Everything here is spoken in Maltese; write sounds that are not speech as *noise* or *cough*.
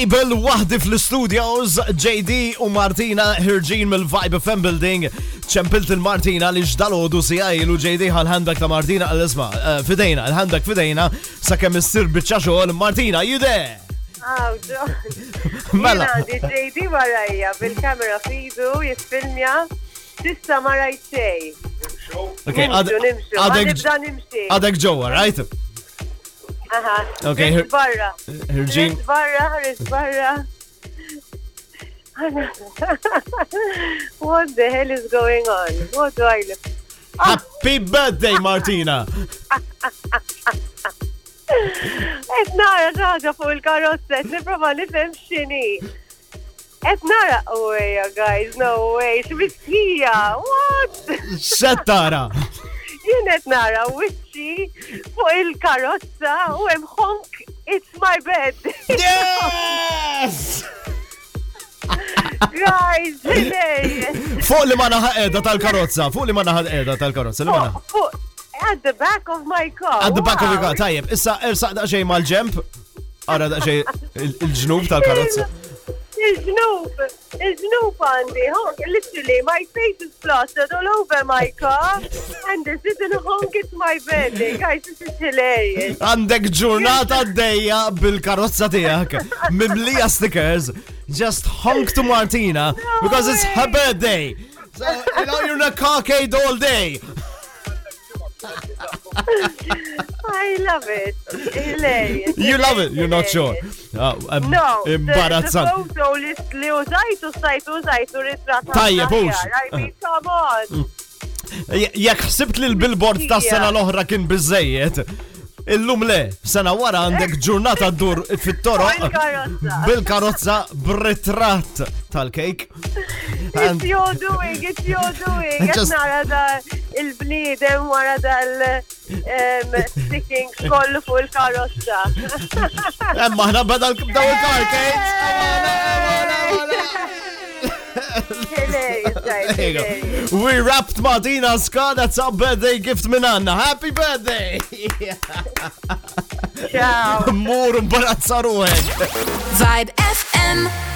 Abel, wahdi fl-studios, JD u Martina ħirġin mill-Vibe FM Building. ċempilt il-Martina li ġdalodu si għajlu JD għal-ħandak ta' Martina għal-isma. Fidejna, għal-ħandak fidejna, sa' kemm istir bieċa xogħol Martina, you there? Aw, ġo. *laughs* Mela. Jena, di JD warajja, bil-kamera fidu, e jisfilmja, sissa ma rajt xej. Ok, Nimxu, għad- nimxu, għadek- għadibda nimxi. għadek ġowa, right? Aha, Ok, her- rrit barra. Ħirġin. Rrit barra, rrit barra. *laughs* What the hell is going on? What do I look? Happy birthday, Martina! Et nara ħaġa fuq il-karozza, et niprofa nifhem x'inhi. Et nara, oh way, oh, guys, no way, x'miskija, what? Xettara! Jien qed nara wiċċi fuq il-karozza u hemm honk, it's my *laughs* bed. Yes! guys, hilarious. Fuq li ma naħa edha tal-karozza, fuq li ma naħa edha tal-karozza, li ma naħa. Fuq- fuq- At the back of my car. At the back of the wow. car, tajjeb, issa ersaq daqxej mal-ġemp, għara daqxej il- il-ġnub tal-karozza. Il-ġnub, il-ġnub għandi, honk, literally, my face is plastered all over my car, and this is a honk, it's my birthday, guys, this is hilarious. Għandek ġurnata d-dejja bil-karozza tijak, mimlija stickers, just honk to Martina, because it's her birthday. So, you know, you're in a cockade all day. I love it, hilarious. You love it, you're not sure. Hilarious. Ah, em- No, the- Imbarazzant. The photo li li użajtu, sajtu, użajtu, ritrat. Tajjeb, ħafna ux. aħjar. I mean, come on. Je- Jekk ħsibt li l-billboard ta' sena l-oħra kien bizzejiet, illum le, sena wara għandek ġurnata d-dur fit-toroq Bil-karozza. *laughs* bil-karozza b'ritratt tal-kejk. And- It's your doing, it's your doing. I Għet just- nara da il-bniedem wara da *laughs* l-sticking kollu fuq il-karozza. *laughs* Emma ħna bada daw il-karkejt. Hilarious, guys, There you hilarious. go. We wrapped Martina Scott, that's our birthday gift minn għanna. Happy birthday! *laughs* Ciao. Mur imbarazza ruħek. Vibe FM.